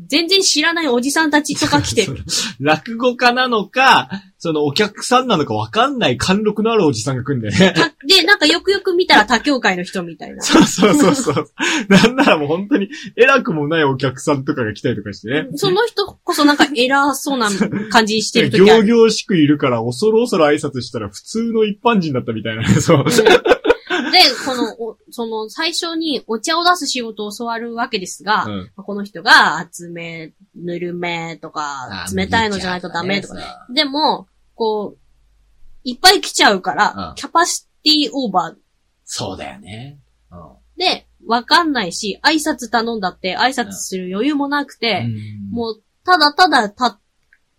[SPEAKER 3] 全然知らないおじさんたちと か来てる。
[SPEAKER 6] 落語家なのか、そのお客さんなのかわかんない貫禄のあるおじさんが来るんだ よね。
[SPEAKER 3] たで、なんかよくよく見たら他協会の人みたいな。
[SPEAKER 6] そうそうそうそう。なんならもう本当に偉くもないお客さんとかが来たりとかしてね。
[SPEAKER 3] その人こそなんか偉そうな感じしてる時あ
[SPEAKER 6] 行
[SPEAKER 3] る。
[SPEAKER 6] 々しくいるから、恐る恐る挨拶したら普通の一般人だったみたいなね。そう。
[SPEAKER 3] で、この、おその、最初にお茶を出す仕事を教わるわけですが、
[SPEAKER 6] うん
[SPEAKER 3] この人が、厚め、ぬるめとか、冷たいのじゃないとダメとか。
[SPEAKER 6] か。
[SPEAKER 3] でも、こう、いっぱい来ちゃうから、
[SPEAKER 6] うん
[SPEAKER 3] キャパシティオーバー
[SPEAKER 6] そうだよね。うん
[SPEAKER 3] で、わかんないし、挨拶頼んだって挨拶する余裕もなくて、もう、ただただた、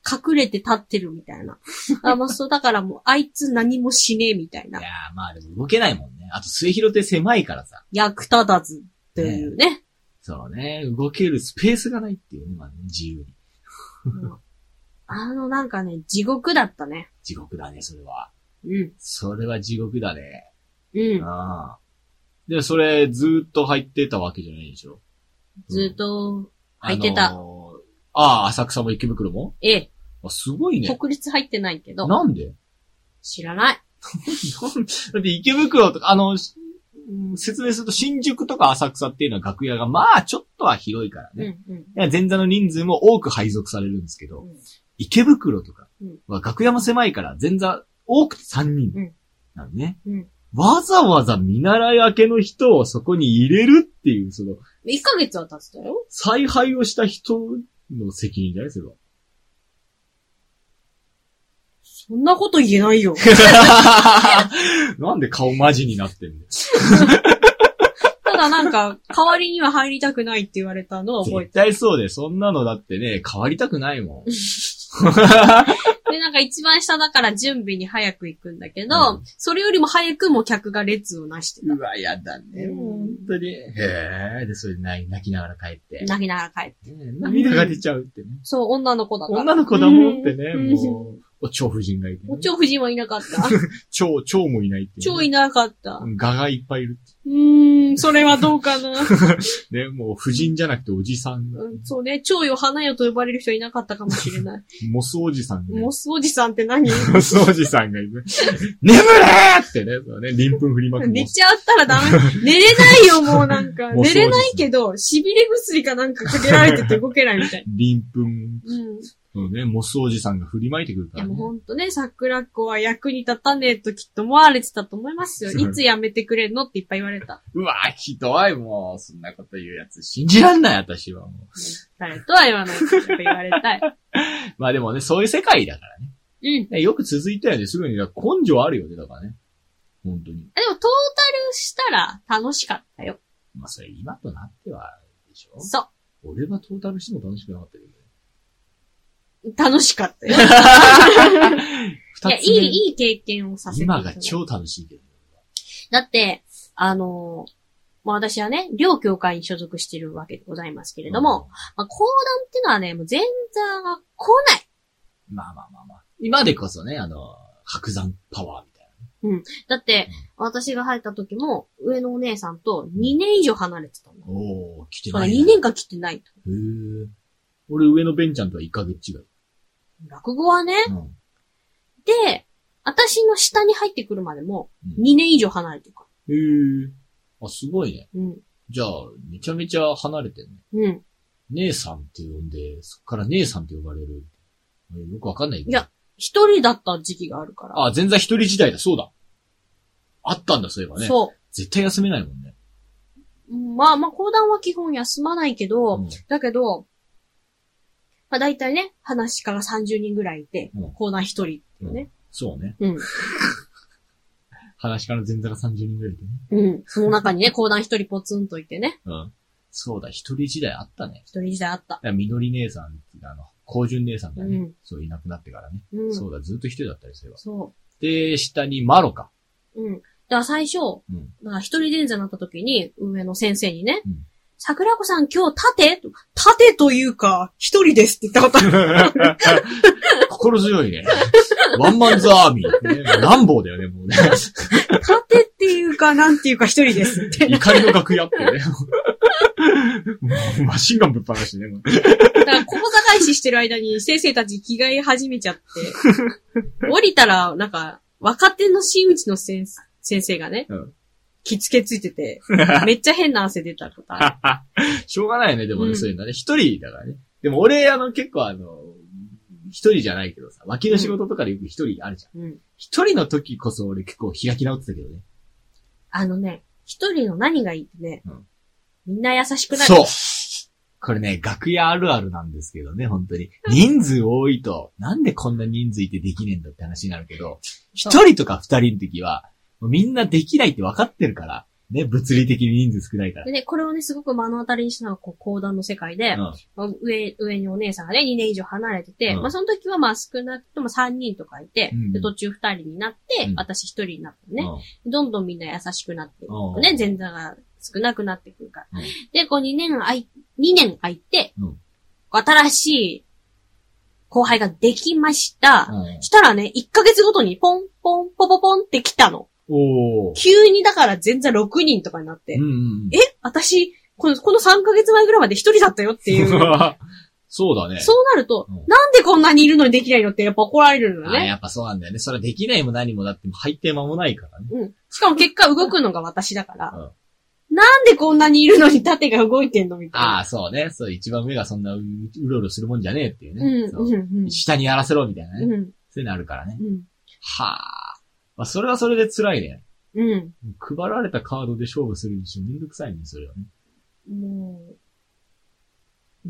[SPEAKER 3] 隠れて立ってるみたいな。あ、まあ、そう、だからもう、 あいつ何もしねえみたい
[SPEAKER 6] いや
[SPEAKER 3] な
[SPEAKER 6] ー。まあでも動けないもんね。あと末広って狭いからさ。
[SPEAKER 3] 役立たずっていうね。
[SPEAKER 6] そうね。動けるスペースがないっていうね。まあね自由に。
[SPEAKER 3] もうあの、なんかね、地獄だったね。
[SPEAKER 6] 地獄だね、それは。
[SPEAKER 3] うん。
[SPEAKER 6] それは地獄だね。
[SPEAKER 3] うん。
[SPEAKER 6] ああ。で、それ、ずーっと入ってたわけじゃないでしょ
[SPEAKER 3] ずっと、入ってた
[SPEAKER 6] あのーああ、浅草も池袋も
[SPEAKER 3] え
[SPEAKER 6] あ、すごい
[SPEAKER 3] え、
[SPEAKER 6] ね。
[SPEAKER 3] 国立入ってないけど、
[SPEAKER 6] なんで
[SPEAKER 3] 知らない。
[SPEAKER 6] だって池袋とか、あの、しうん説明すると新宿とか浅草っていうのは楽屋が、まあ、ちょっとは広いから
[SPEAKER 3] うん
[SPEAKER 6] ね。、
[SPEAKER 3] うん。
[SPEAKER 6] いや前座の人数も多く配属されるんですけど、
[SPEAKER 3] うん
[SPEAKER 6] 池袋とか
[SPEAKER 3] うん
[SPEAKER 6] は楽屋も狭いから前座多くて3人
[SPEAKER 3] うん
[SPEAKER 6] なのね。
[SPEAKER 3] うん
[SPEAKER 6] わざわざ見習い明けの人をそこに入れるっていう、その、
[SPEAKER 3] 1ヶ月は経つだよ。
[SPEAKER 6] 采配をした人の責任じゃないですよ。
[SPEAKER 3] そんなこと言えな いよ。
[SPEAKER 6] なんで顔マジになってんだよ。
[SPEAKER 3] ただなんか、代わりには入りたくないって言われたのを覚え
[SPEAKER 6] 絶
[SPEAKER 3] て。
[SPEAKER 6] 対そうで、そんなのだってね、変わりたくないもん。
[SPEAKER 3] で、なんか一番下だから準備に早く行くんだけ
[SPEAKER 6] う
[SPEAKER 3] ど、それよりも早くもう客が列をなして
[SPEAKER 6] うわ、やだね、
[SPEAKER 3] うん
[SPEAKER 6] もう本当に。へえ、で、それで泣泣きながら帰って
[SPEAKER 3] た。。泣きながら帰って。
[SPEAKER 6] ね涙が出ちゃうって ね。
[SPEAKER 3] そう、女の子だから。
[SPEAKER 6] 女の子だもんってね、
[SPEAKER 3] うん
[SPEAKER 6] もう、お蝶夫人がいて、
[SPEAKER 3] もう
[SPEAKER 6] ね。
[SPEAKER 3] 超夫人はいな かった。
[SPEAKER 6] 蝶、蝶もいないって、ね。
[SPEAKER 3] 超いなかった。
[SPEAKER 6] うんガがいっぱいいるっ
[SPEAKER 3] うーん、それはどう かな。
[SPEAKER 6] てね。もう、夫人じゃなくておじさんが、
[SPEAKER 3] うんそうね、蝶よ花よと呼ばれる人いなかったかもしれない。
[SPEAKER 6] モスおじさんが、ね
[SPEAKER 3] モ。スおじさんって何
[SPEAKER 6] モスおじさんがい る。眠れーってね、そうね、鱗粉振りまく
[SPEAKER 3] 寝
[SPEAKER 6] モス。
[SPEAKER 3] ちゃったらダ メ。寝れないよ、もうなんか。
[SPEAKER 6] モスおじ
[SPEAKER 3] 寝
[SPEAKER 6] さん
[SPEAKER 3] れないけど、痺れ薬かなんかかけられてて動けないみたい。
[SPEAKER 6] 鱗
[SPEAKER 3] うん。い
[SPEAKER 6] 粉のね、モスおじさんが振りまいてくるか
[SPEAKER 3] や
[SPEAKER 6] ら、
[SPEAKER 3] もう
[SPEAKER 6] ね。
[SPEAKER 3] ほんとね、桜子は役に立たねえときっと思われてたと思いますよ。
[SPEAKER 6] そう
[SPEAKER 3] いつ辞めてくれんのっていっぱい言われた。
[SPEAKER 6] うわーひどい、もう、そんなこと言うやつ。信じらんない、私は。も
[SPEAKER 3] 誰とは言わないってやっぱ言われたい。
[SPEAKER 6] うまあでもね、そういう世界だからね。
[SPEAKER 3] うん。
[SPEAKER 6] ねよく続いたよね、すぐに。だから根性あるよね、だからね。本当に。
[SPEAKER 3] あでもトータルしたら楽しかったよ。
[SPEAKER 6] まあそれ今となっては、でしょ
[SPEAKER 3] そ
[SPEAKER 6] 俺はトータルしても楽しくなかったけどね。
[SPEAKER 3] う。楽しか ったよ。い
[SPEAKER 6] 二
[SPEAKER 3] や、い
[SPEAKER 6] つ目
[SPEAKER 3] い、いい経験をさせていただ
[SPEAKER 6] 今が
[SPEAKER 3] いた。
[SPEAKER 6] 超楽しいけど。
[SPEAKER 3] だって、あのーまあ、私はね、両教会に所属してるわけでございますけれども、まあ、講談ってのはね、もう前座が来ない。
[SPEAKER 6] うん、まあまあまあまあ。今でこそね、あの、白山パワーみたい
[SPEAKER 3] だって、私が入った時も、上のお姉さんと2年以上離れてたの。
[SPEAKER 6] な。おお来て
[SPEAKER 3] だか
[SPEAKER 6] な
[SPEAKER 3] ら
[SPEAKER 6] い、
[SPEAKER 3] 2年間来てない
[SPEAKER 6] へ
[SPEAKER 3] と。
[SPEAKER 6] え。俺上のベンちゃんとは1ヶ月違う。
[SPEAKER 3] 落語はね、
[SPEAKER 6] うん。
[SPEAKER 3] で、私の下に入ってくるまでも、2年以上離れてるか
[SPEAKER 6] へえ。あ、すごいね。
[SPEAKER 3] ら。うん。
[SPEAKER 6] じゃあ、めちゃめちゃ離れてるね。
[SPEAKER 3] うん。
[SPEAKER 6] 姉さんって呼んで、そっから姉さんって呼ばれる。よくわかんないけど。
[SPEAKER 3] いや一人だった時期があるから。
[SPEAKER 6] あ、全然一人時代だ、そうだ。あったんだ、そういえばね。
[SPEAKER 3] そ
[SPEAKER 6] 絶対休めないもんね。
[SPEAKER 3] う。まあまあ、講談は基本休まないけど、
[SPEAKER 6] うん
[SPEAKER 3] だけど、まあ大体ね、話し家が30人ぐらいいて、
[SPEAKER 6] うん
[SPEAKER 3] コーナー1人っていうね。
[SPEAKER 6] そうね。
[SPEAKER 3] うん。
[SPEAKER 6] 話から前座が30人ぐらいいてね。
[SPEAKER 3] うん。その中にね、講談一人ポツンといてね。
[SPEAKER 6] うん。そうだ、一人時代あったね。
[SPEAKER 3] 一人時代あった。
[SPEAKER 6] だからみのり姉さんっていうか、あの、高純姉さんがね、
[SPEAKER 3] うん
[SPEAKER 6] そういなくなってからね。
[SPEAKER 3] うん。
[SPEAKER 6] そうだ、ずっと一人だったりすれば。
[SPEAKER 3] そ
[SPEAKER 6] で、下にマ ロか。
[SPEAKER 3] う。うん。だから最初、
[SPEAKER 6] うん
[SPEAKER 3] だから一人前座になった時に、上の先生にね、
[SPEAKER 6] うん
[SPEAKER 3] 桜子さん今日立て立てというか、一人ですって言ったことある。
[SPEAKER 6] 心強いね。ワンマンズアーミー。ね、乱暴だよね、もうね。
[SPEAKER 3] 立てっていうか、なんていうか一人ですって。
[SPEAKER 6] 怒りの楽屋って ね。もうマシンガンぶっ放してね。もう
[SPEAKER 3] だから、小坂返ししてる間に先生たち着替え始めちゃって、降りたら、なんか、若手の真打ちの先生先生がね、
[SPEAKER 6] うん
[SPEAKER 3] 着付けついてて、めっちゃ変な汗出た とか、
[SPEAKER 6] しょうがないよね、でもね、
[SPEAKER 3] うん
[SPEAKER 6] そういうのはね。一人だからね。でも俺、あの、結構あの、一人じゃないけどさ、脇の仕事とかでよく一人あるじゃん。
[SPEAKER 3] うん。
[SPEAKER 6] 一人の時こそ俺結構開き直ってたけどね。
[SPEAKER 3] あのね、一人の何がいいってね、
[SPEAKER 6] うん
[SPEAKER 3] みんな優しくなる。
[SPEAKER 6] そう。これね、楽屋あるあるなんですけどね、本当に。人数多いと、なんでこんな人数いてできねえんだって話になるけど、一人とか二人の時は、もうみんなできないって分かってるから、ね、物理的に人数少ないから
[SPEAKER 3] で。ね、これをね、すごく目の当たりにしたのが、こう、講談の世界で、
[SPEAKER 6] うん
[SPEAKER 3] 上、上にお姉さんがね、2年以上離れてて、
[SPEAKER 6] うん
[SPEAKER 3] まあ、その時はまあ、少なくとも3人とかいて、
[SPEAKER 6] うん
[SPEAKER 3] で途中2人になって、
[SPEAKER 6] うん
[SPEAKER 3] 私1人になったのね。
[SPEAKER 6] うん
[SPEAKER 3] どんどんみんな優しくなっていく。
[SPEAKER 6] う
[SPEAKER 3] ね
[SPEAKER 6] ん、
[SPEAKER 3] 前座が少なくなってくるから。
[SPEAKER 6] うん
[SPEAKER 3] で、こう2年あい、2年空いて、
[SPEAKER 6] うん
[SPEAKER 3] 新しい後輩ができました。
[SPEAKER 6] うん
[SPEAKER 3] したらね、1ヶ月ごとにポンポンポポポンって来たの。
[SPEAKER 6] おー。
[SPEAKER 3] 急にだから前座6人とかになって、
[SPEAKER 6] うんうんうん。
[SPEAKER 3] え私、この、この3ヶ月前ぐらいまで1人だったよっていう。
[SPEAKER 6] そうだね。
[SPEAKER 3] そうなると、
[SPEAKER 6] うん
[SPEAKER 3] なんでこんなにいるのにできないのってやっぱ怒られるのよ
[SPEAKER 6] あ
[SPEAKER 3] ね。
[SPEAKER 6] やっぱそうなんだよね。それはできないも何もだって、入って間もないからね。
[SPEAKER 3] しかも結果動くのが私だから。なんでこんなにいるのに縦が動いてんのみたいな。
[SPEAKER 6] ああ、そうね。そう、一番上がそんなううろうろするもんじゃねえっていうね。
[SPEAKER 3] うん、うん、うん
[SPEAKER 6] そう下にやらせろみたいなね。
[SPEAKER 3] うん。
[SPEAKER 6] そういうのあるからね。
[SPEAKER 3] うん。
[SPEAKER 6] はあ。まあ、それはそれで辛いね。
[SPEAKER 3] うん。
[SPEAKER 6] 配られたカードで勝負するにしてもめんどくさいね、それはね。
[SPEAKER 3] もう。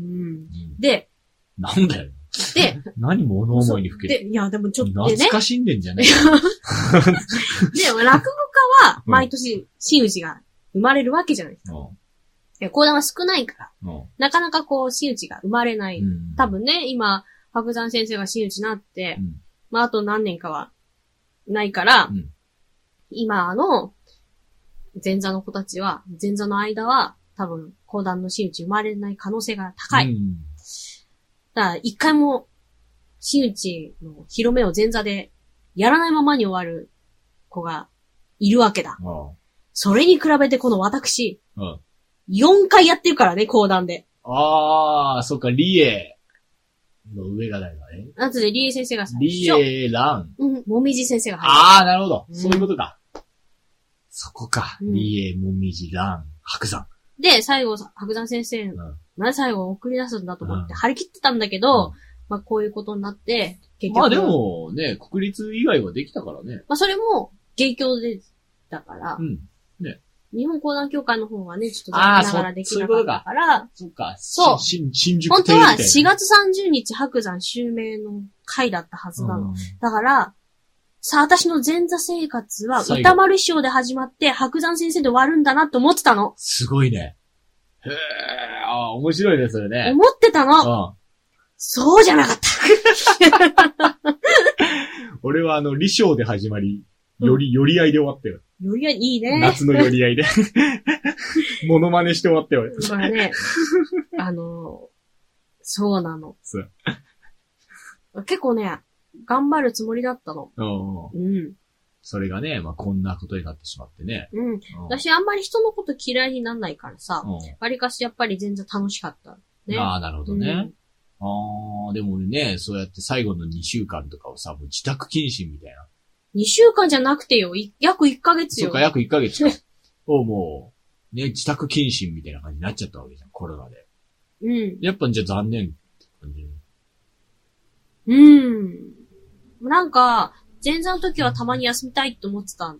[SPEAKER 6] う
[SPEAKER 3] うん。
[SPEAKER 6] ん
[SPEAKER 3] で、
[SPEAKER 6] なんだよ。
[SPEAKER 3] で、
[SPEAKER 6] 何物思いにふけて。
[SPEAKER 3] で、いや、でもちょっと、でね
[SPEAKER 6] 懐、かしんでんじゃ ねえよ。
[SPEAKER 3] で、落語家は、毎年、真打ちが生まれるわけじゃないですか。いや講談は少ないから、
[SPEAKER 6] うんうん
[SPEAKER 3] なかなかこう、真打ちが生まれない。
[SPEAKER 6] うん
[SPEAKER 3] 多。分ね、今、白山先生が真打ちになって、
[SPEAKER 6] うん
[SPEAKER 3] まあ、あと何年かは、ないから、
[SPEAKER 6] うん
[SPEAKER 3] 今の、前座の子たちは、前座の間は、多分、講談の真打ち生まれない可能性が高い。
[SPEAKER 6] うん
[SPEAKER 3] だから、一回も、真打ちの広めを前座で、やらないままに終わる子がいるわけだ。それに比べてこの私、
[SPEAKER 6] うん
[SPEAKER 3] 4回やってるからね、講談で。
[SPEAKER 6] ああ、そっか、リエの上が誰かね。
[SPEAKER 3] あとで、リエ先生が最
[SPEAKER 6] リ
[SPEAKER 3] 初、
[SPEAKER 6] エ、ラン。
[SPEAKER 3] うん、もみじ先生が入
[SPEAKER 6] ああ、なるほど。
[SPEAKER 3] うん
[SPEAKER 6] そういうことか。そこか。
[SPEAKER 3] うん
[SPEAKER 6] リエ、モミジ、ラン、白山。
[SPEAKER 3] る。で、最後、白山先生、
[SPEAKER 6] ん
[SPEAKER 3] なぜ最後送り出すんだと思って、
[SPEAKER 6] うん
[SPEAKER 3] 張り切ってたんだけど、まあ、こういうことになって、結局。
[SPEAKER 6] まあでもね、国立以外はできたからね。
[SPEAKER 3] まあ、それも、芸協で、だから
[SPEAKER 6] う、ん。
[SPEAKER 3] 日本講談協会の方はね、ちょっと
[SPEAKER 6] あー
[SPEAKER 3] 残念ながらできなかったから、
[SPEAKER 6] そっか。
[SPEAKER 3] そう
[SPEAKER 6] し新新宿
[SPEAKER 3] 本当
[SPEAKER 6] 庭園
[SPEAKER 3] は
[SPEAKER 6] みたいな
[SPEAKER 3] 4月30日白山襲名の回だったはずなの。だから、さあ私の前座生活は
[SPEAKER 6] 最後
[SPEAKER 3] 歌丸師匠で始まって白山先生で終わるんだなって思ってたの。
[SPEAKER 6] すごいね。へえ、あー面白いね、それね。
[SPEAKER 3] 思ってたの。
[SPEAKER 6] う
[SPEAKER 3] そうじゃなかった。
[SPEAKER 6] ん。俺はあの、理章で始まり、より、より合いで終わったよ。
[SPEAKER 3] よりはいいね。
[SPEAKER 6] 夏のより合いで。 モノマネして終わったよ、俺。
[SPEAKER 3] だか らね、あの、そうなの。
[SPEAKER 6] そう
[SPEAKER 3] 結構ね、頑張るつもりだったの。
[SPEAKER 6] うん。
[SPEAKER 3] うん。
[SPEAKER 6] それがね、まあこんなことになってしまってね。
[SPEAKER 3] うん。
[SPEAKER 6] うん
[SPEAKER 3] 私あんまり人のこと嫌いになんないからさ、
[SPEAKER 6] う
[SPEAKER 3] わりかしやっぱり全然楽しかった。
[SPEAKER 6] ん。
[SPEAKER 3] ね。
[SPEAKER 6] ああ、なるほどね。ああ、でもね、そうやって最後の2週間とかをさ、もう自宅謹慎みたいな。
[SPEAKER 3] うん。2週間じゃなくてよ、い約1ヶ月
[SPEAKER 6] そ
[SPEAKER 3] よ。
[SPEAKER 6] っか、約1ヶ月か。をもう、ね、自宅謹慎みたいな感じになっちゃったわけじゃん、コロナで。
[SPEAKER 3] うん。
[SPEAKER 6] やっぱじゃあ残念って感じ。
[SPEAKER 3] うん。なんか、前座の時はたまに休みたいって思ってたの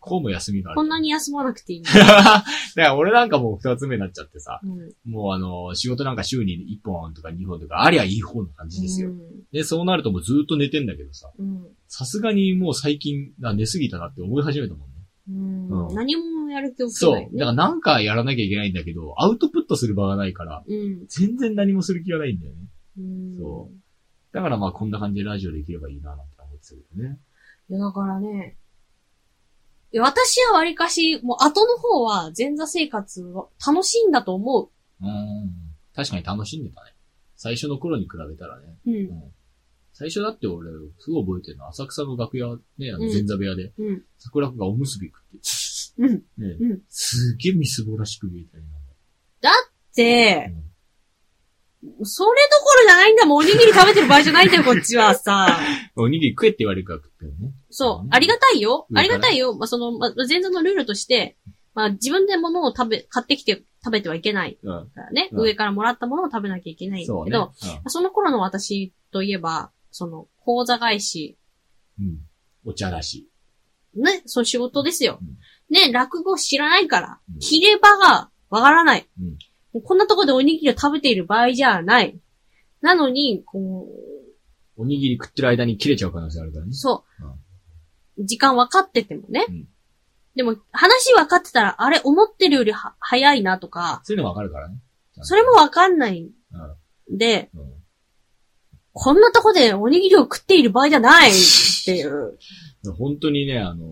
[SPEAKER 6] こうも休みがある。
[SPEAKER 3] こんな。に休まなくてい いの。
[SPEAKER 6] だから俺なんかもう二つ目になっちゃってさ、
[SPEAKER 3] うん。
[SPEAKER 6] もうあの、仕事なんか週に1本とか2本とかありゃいい方の感じですよ。で、そうなるともうずっと寝てんだけどさ、
[SPEAKER 3] うん。うん。
[SPEAKER 6] さすがにもう最近、あ寝すぎたなって思い始めたもんね。
[SPEAKER 3] うん
[SPEAKER 6] うん
[SPEAKER 3] 何もやる気起き
[SPEAKER 6] そ
[SPEAKER 3] な
[SPEAKER 6] う
[SPEAKER 3] い、。
[SPEAKER 6] だからなんかやらなきゃいけないんだけど、アウトプットする場がないから、
[SPEAKER 3] うん。
[SPEAKER 6] 全然何もする気がないんだよね。
[SPEAKER 3] うん。
[SPEAKER 6] そだからまあこんな感じでラジオできればいいななんて思ってたけどね。
[SPEAKER 3] いや、だからね、いや私はわりかし、もう後の方は前座生活は楽しいんだと思
[SPEAKER 6] うん。確かに楽しんでたね。最初の頃に比べたらね。
[SPEAKER 3] う。う。
[SPEAKER 6] うんん。最初だって俺、すごい覚えてるのは、浅草の楽屋、ね、あの
[SPEAKER 3] うん
[SPEAKER 6] 前座部屋で、
[SPEAKER 3] うん。
[SPEAKER 6] 桜子がおむすび食って、
[SPEAKER 3] うん。
[SPEAKER 6] ね、
[SPEAKER 3] うん
[SPEAKER 6] すげえみすぼらしく見えたり
[SPEAKER 3] で、
[SPEAKER 6] うん
[SPEAKER 3] それどころじゃないんだもん。おにぎり食べてる場合じゃないんだよ、こっちはさ。
[SPEAKER 6] おにぎり食えって言われるから食ったよね。
[SPEAKER 3] そうう。
[SPEAKER 6] ん
[SPEAKER 3] ありがたいよ。
[SPEAKER 6] 上から
[SPEAKER 3] ありがたいよ。まあ、その、まあ、前座のルールとして、まあ、自分で物を食べ、買ってきて食べてはいけない
[SPEAKER 6] うん。
[SPEAKER 3] からね。
[SPEAKER 6] うん
[SPEAKER 3] 上からもらったものを食べなきゃいけないんだけ
[SPEAKER 6] そ
[SPEAKER 3] ど、
[SPEAKER 6] うね。
[SPEAKER 3] その頃の私といえば、その、講座返し、
[SPEAKER 6] うん。うんお茶だし。
[SPEAKER 3] ね、その仕事ですよ。
[SPEAKER 6] うん
[SPEAKER 3] ね、落語知らないから
[SPEAKER 6] うん、
[SPEAKER 3] 切れ場がわからない。
[SPEAKER 6] うん
[SPEAKER 3] もうこんなとこでおにぎりを食べている場合じゃない。なのに、こ
[SPEAKER 6] おにぎり食ってる間に切れちゃう可能性あるからね
[SPEAKER 3] う、。そう。時間分かっててもね。
[SPEAKER 6] うん
[SPEAKER 3] でも、話分かってたら、あれ、思ってるよりは早いなとか、
[SPEAKER 6] そういうのがわかるからね。
[SPEAKER 3] それも分かんないんで、
[SPEAKER 6] うん、
[SPEAKER 3] こんなとこでおにぎりを食っている場合じゃないっていう。
[SPEAKER 6] 本当にね、あの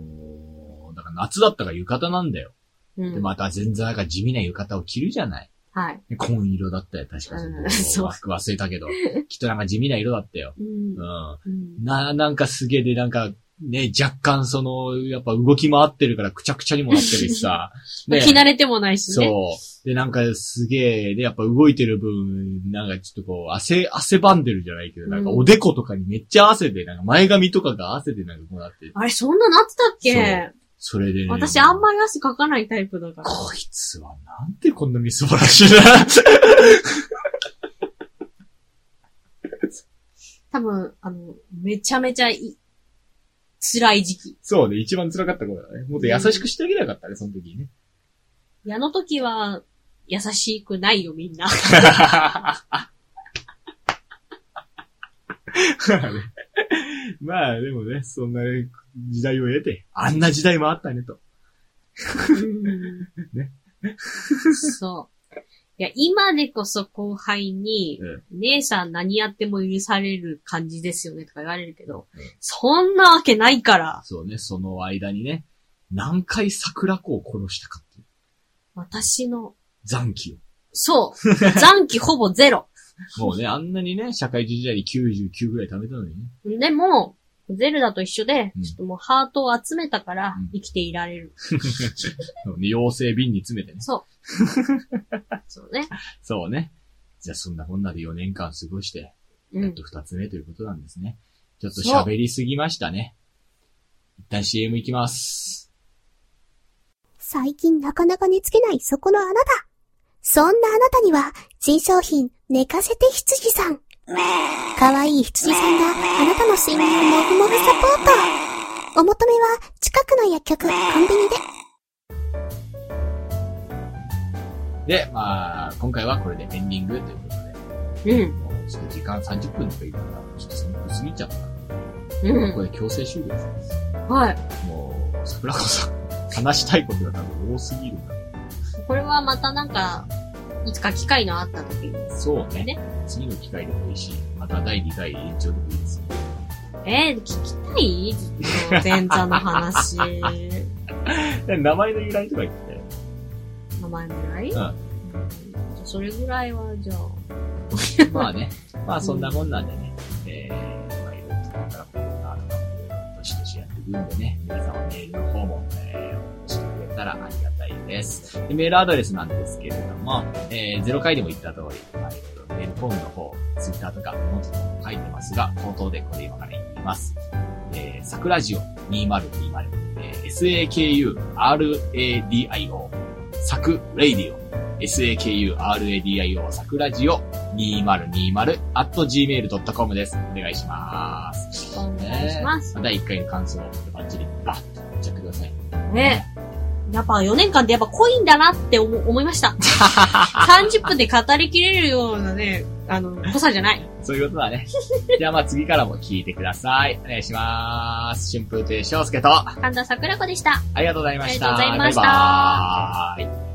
[SPEAKER 6] ーだから夏だったから浴衣なんだよ。
[SPEAKER 3] う
[SPEAKER 6] で、
[SPEAKER 3] ん。
[SPEAKER 6] また全然なんか地味な浴衣を着るじゃない。
[SPEAKER 3] はい。
[SPEAKER 6] で紺色だったよ、確か
[SPEAKER 3] うんそう
[SPEAKER 6] 忘れたけど。きっとなんか地味な色だったよ。
[SPEAKER 3] うん
[SPEAKER 6] う。
[SPEAKER 3] うん
[SPEAKER 6] ん。な、なんかすげえで、なんか、ね、若干その、やっぱ動き回ってるからくちゃくちゃにもなってるし さ。
[SPEAKER 3] まあ
[SPEAKER 6] ね
[SPEAKER 3] 着慣れてもないしね。
[SPEAKER 6] そう。で、なんかすげえ、で、やっぱ動いてる分、なんかちょっとこう、汗、汗ばんでるじゃないけど、なんか
[SPEAKER 3] うん
[SPEAKER 6] おでことかにめっちゃ汗で、なんか前髪とかが汗でなんかこうなって、
[SPEAKER 3] あれ、そんななってたっけ
[SPEAKER 6] それでね。
[SPEAKER 3] 私あんまり汗かかないタイプだから。
[SPEAKER 6] こいつはなんでこんなみすぼらしいな って。
[SPEAKER 3] 多分、あの、めちゃめちゃい、辛い時期。
[SPEAKER 6] そうね、一番辛かった頃だね。もっと優しくしてあげなかったね、その時にね。
[SPEAKER 3] 矢の時は、優しくないよ、みんな。
[SPEAKER 6] まあ、でもね、そんな時代を得て、あんな時代もあったねと。
[SPEAKER 3] うん
[SPEAKER 6] ね
[SPEAKER 3] そう。いや、今でこそ後輩に、姉さん何やっても許される感じですよねとか言われるけど、
[SPEAKER 6] うん
[SPEAKER 3] そんなわけないから、
[SPEAKER 6] そうね、その間にね、何回桜子を殺したかっていう。
[SPEAKER 3] 私の、
[SPEAKER 6] 残機
[SPEAKER 3] そう、残機ほぼゼロ。
[SPEAKER 6] を。もうね、あんなにね、社会人時代に99ぐらい貯めたのにね。
[SPEAKER 3] でも、ゼルダと一緒で、
[SPEAKER 6] うん
[SPEAKER 3] ちょっともうハートを集めたから
[SPEAKER 6] うん
[SPEAKER 3] 生きていられる。
[SPEAKER 6] そうね妖精瓶に詰めてね。
[SPEAKER 3] そう。 そうね。
[SPEAKER 6] そうね。じゃあそんなこんなで4年間過ごして、
[SPEAKER 3] う
[SPEAKER 6] やっ
[SPEAKER 3] ん
[SPEAKER 6] と。2つ目ということなんですね。ちょっと喋りすぎましたね。一旦 CM 行きます。
[SPEAKER 7] 最近なかなか寝つけないそこのあなた。そんなあなたには、新商品、寝かせて羊さん。かわいい羊さんがあなたの睡眠をもぐもぐサポート。お求めは、近くの薬局、コンビニで。
[SPEAKER 6] で、まあ、今回はこれでエンディングということで、
[SPEAKER 3] うん。
[SPEAKER 6] もうちょっと時間30分とかいいから、ちょっと寒く過ぎちゃった。
[SPEAKER 3] うん。
[SPEAKER 6] これ強制終了です。
[SPEAKER 3] はい。
[SPEAKER 6] もう、桜子さん、話したいことが多分多すぎるか
[SPEAKER 3] これはまたなんか、いつか機会のあった時に。
[SPEAKER 6] ら。そうね。
[SPEAKER 3] ね
[SPEAKER 6] 次の機会でもいいし、また第2回延長でもいいです。
[SPEAKER 3] えー、聞きたいずっと前座の話。
[SPEAKER 6] 名前の由来とか言って
[SPEAKER 3] 名前の由来
[SPEAKER 6] うん
[SPEAKER 3] うんそれぐらいは、じゃあ。
[SPEAKER 6] たよ。まあね。まあそんなもんなんでね。えー、まあいろいろとこれからこんなとかもいろいろとしとしやっていくんでね。皆さんはメールの方も、えー、してくれたらありがたいです。でメールアドレスなんですけれども、えー、0回でも言った通り、まあ、えーとメールフォームの方、ツイッターとかノートとかも書いてますが、口頭でこれ今から言います。えー、桜ジオ2020、えー、SAKURADIO、サクレイディオ、SAKURADIO 桜ジオ2020 at gmail.com です。お願いします。
[SPEAKER 3] お願いします
[SPEAKER 6] ね第1回の感想をバッチリバッと言っちゃってください。
[SPEAKER 3] ね。やっぱ4年間でやっぱ濃いんだなって思思いました。30分で語りきれるようなね、あの、濃さじゃない。
[SPEAKER 2] そういうことだね。 じゃあまあ次からも聞いてください。お願いします。春風亭昇介と、あ
[SPEAKER 3] 神田桜子でした。
[SPEAKER 2] りがとうございました。
[SPEAKER 3] ありがとうございました
[SPEAKER 2] バイバーイ。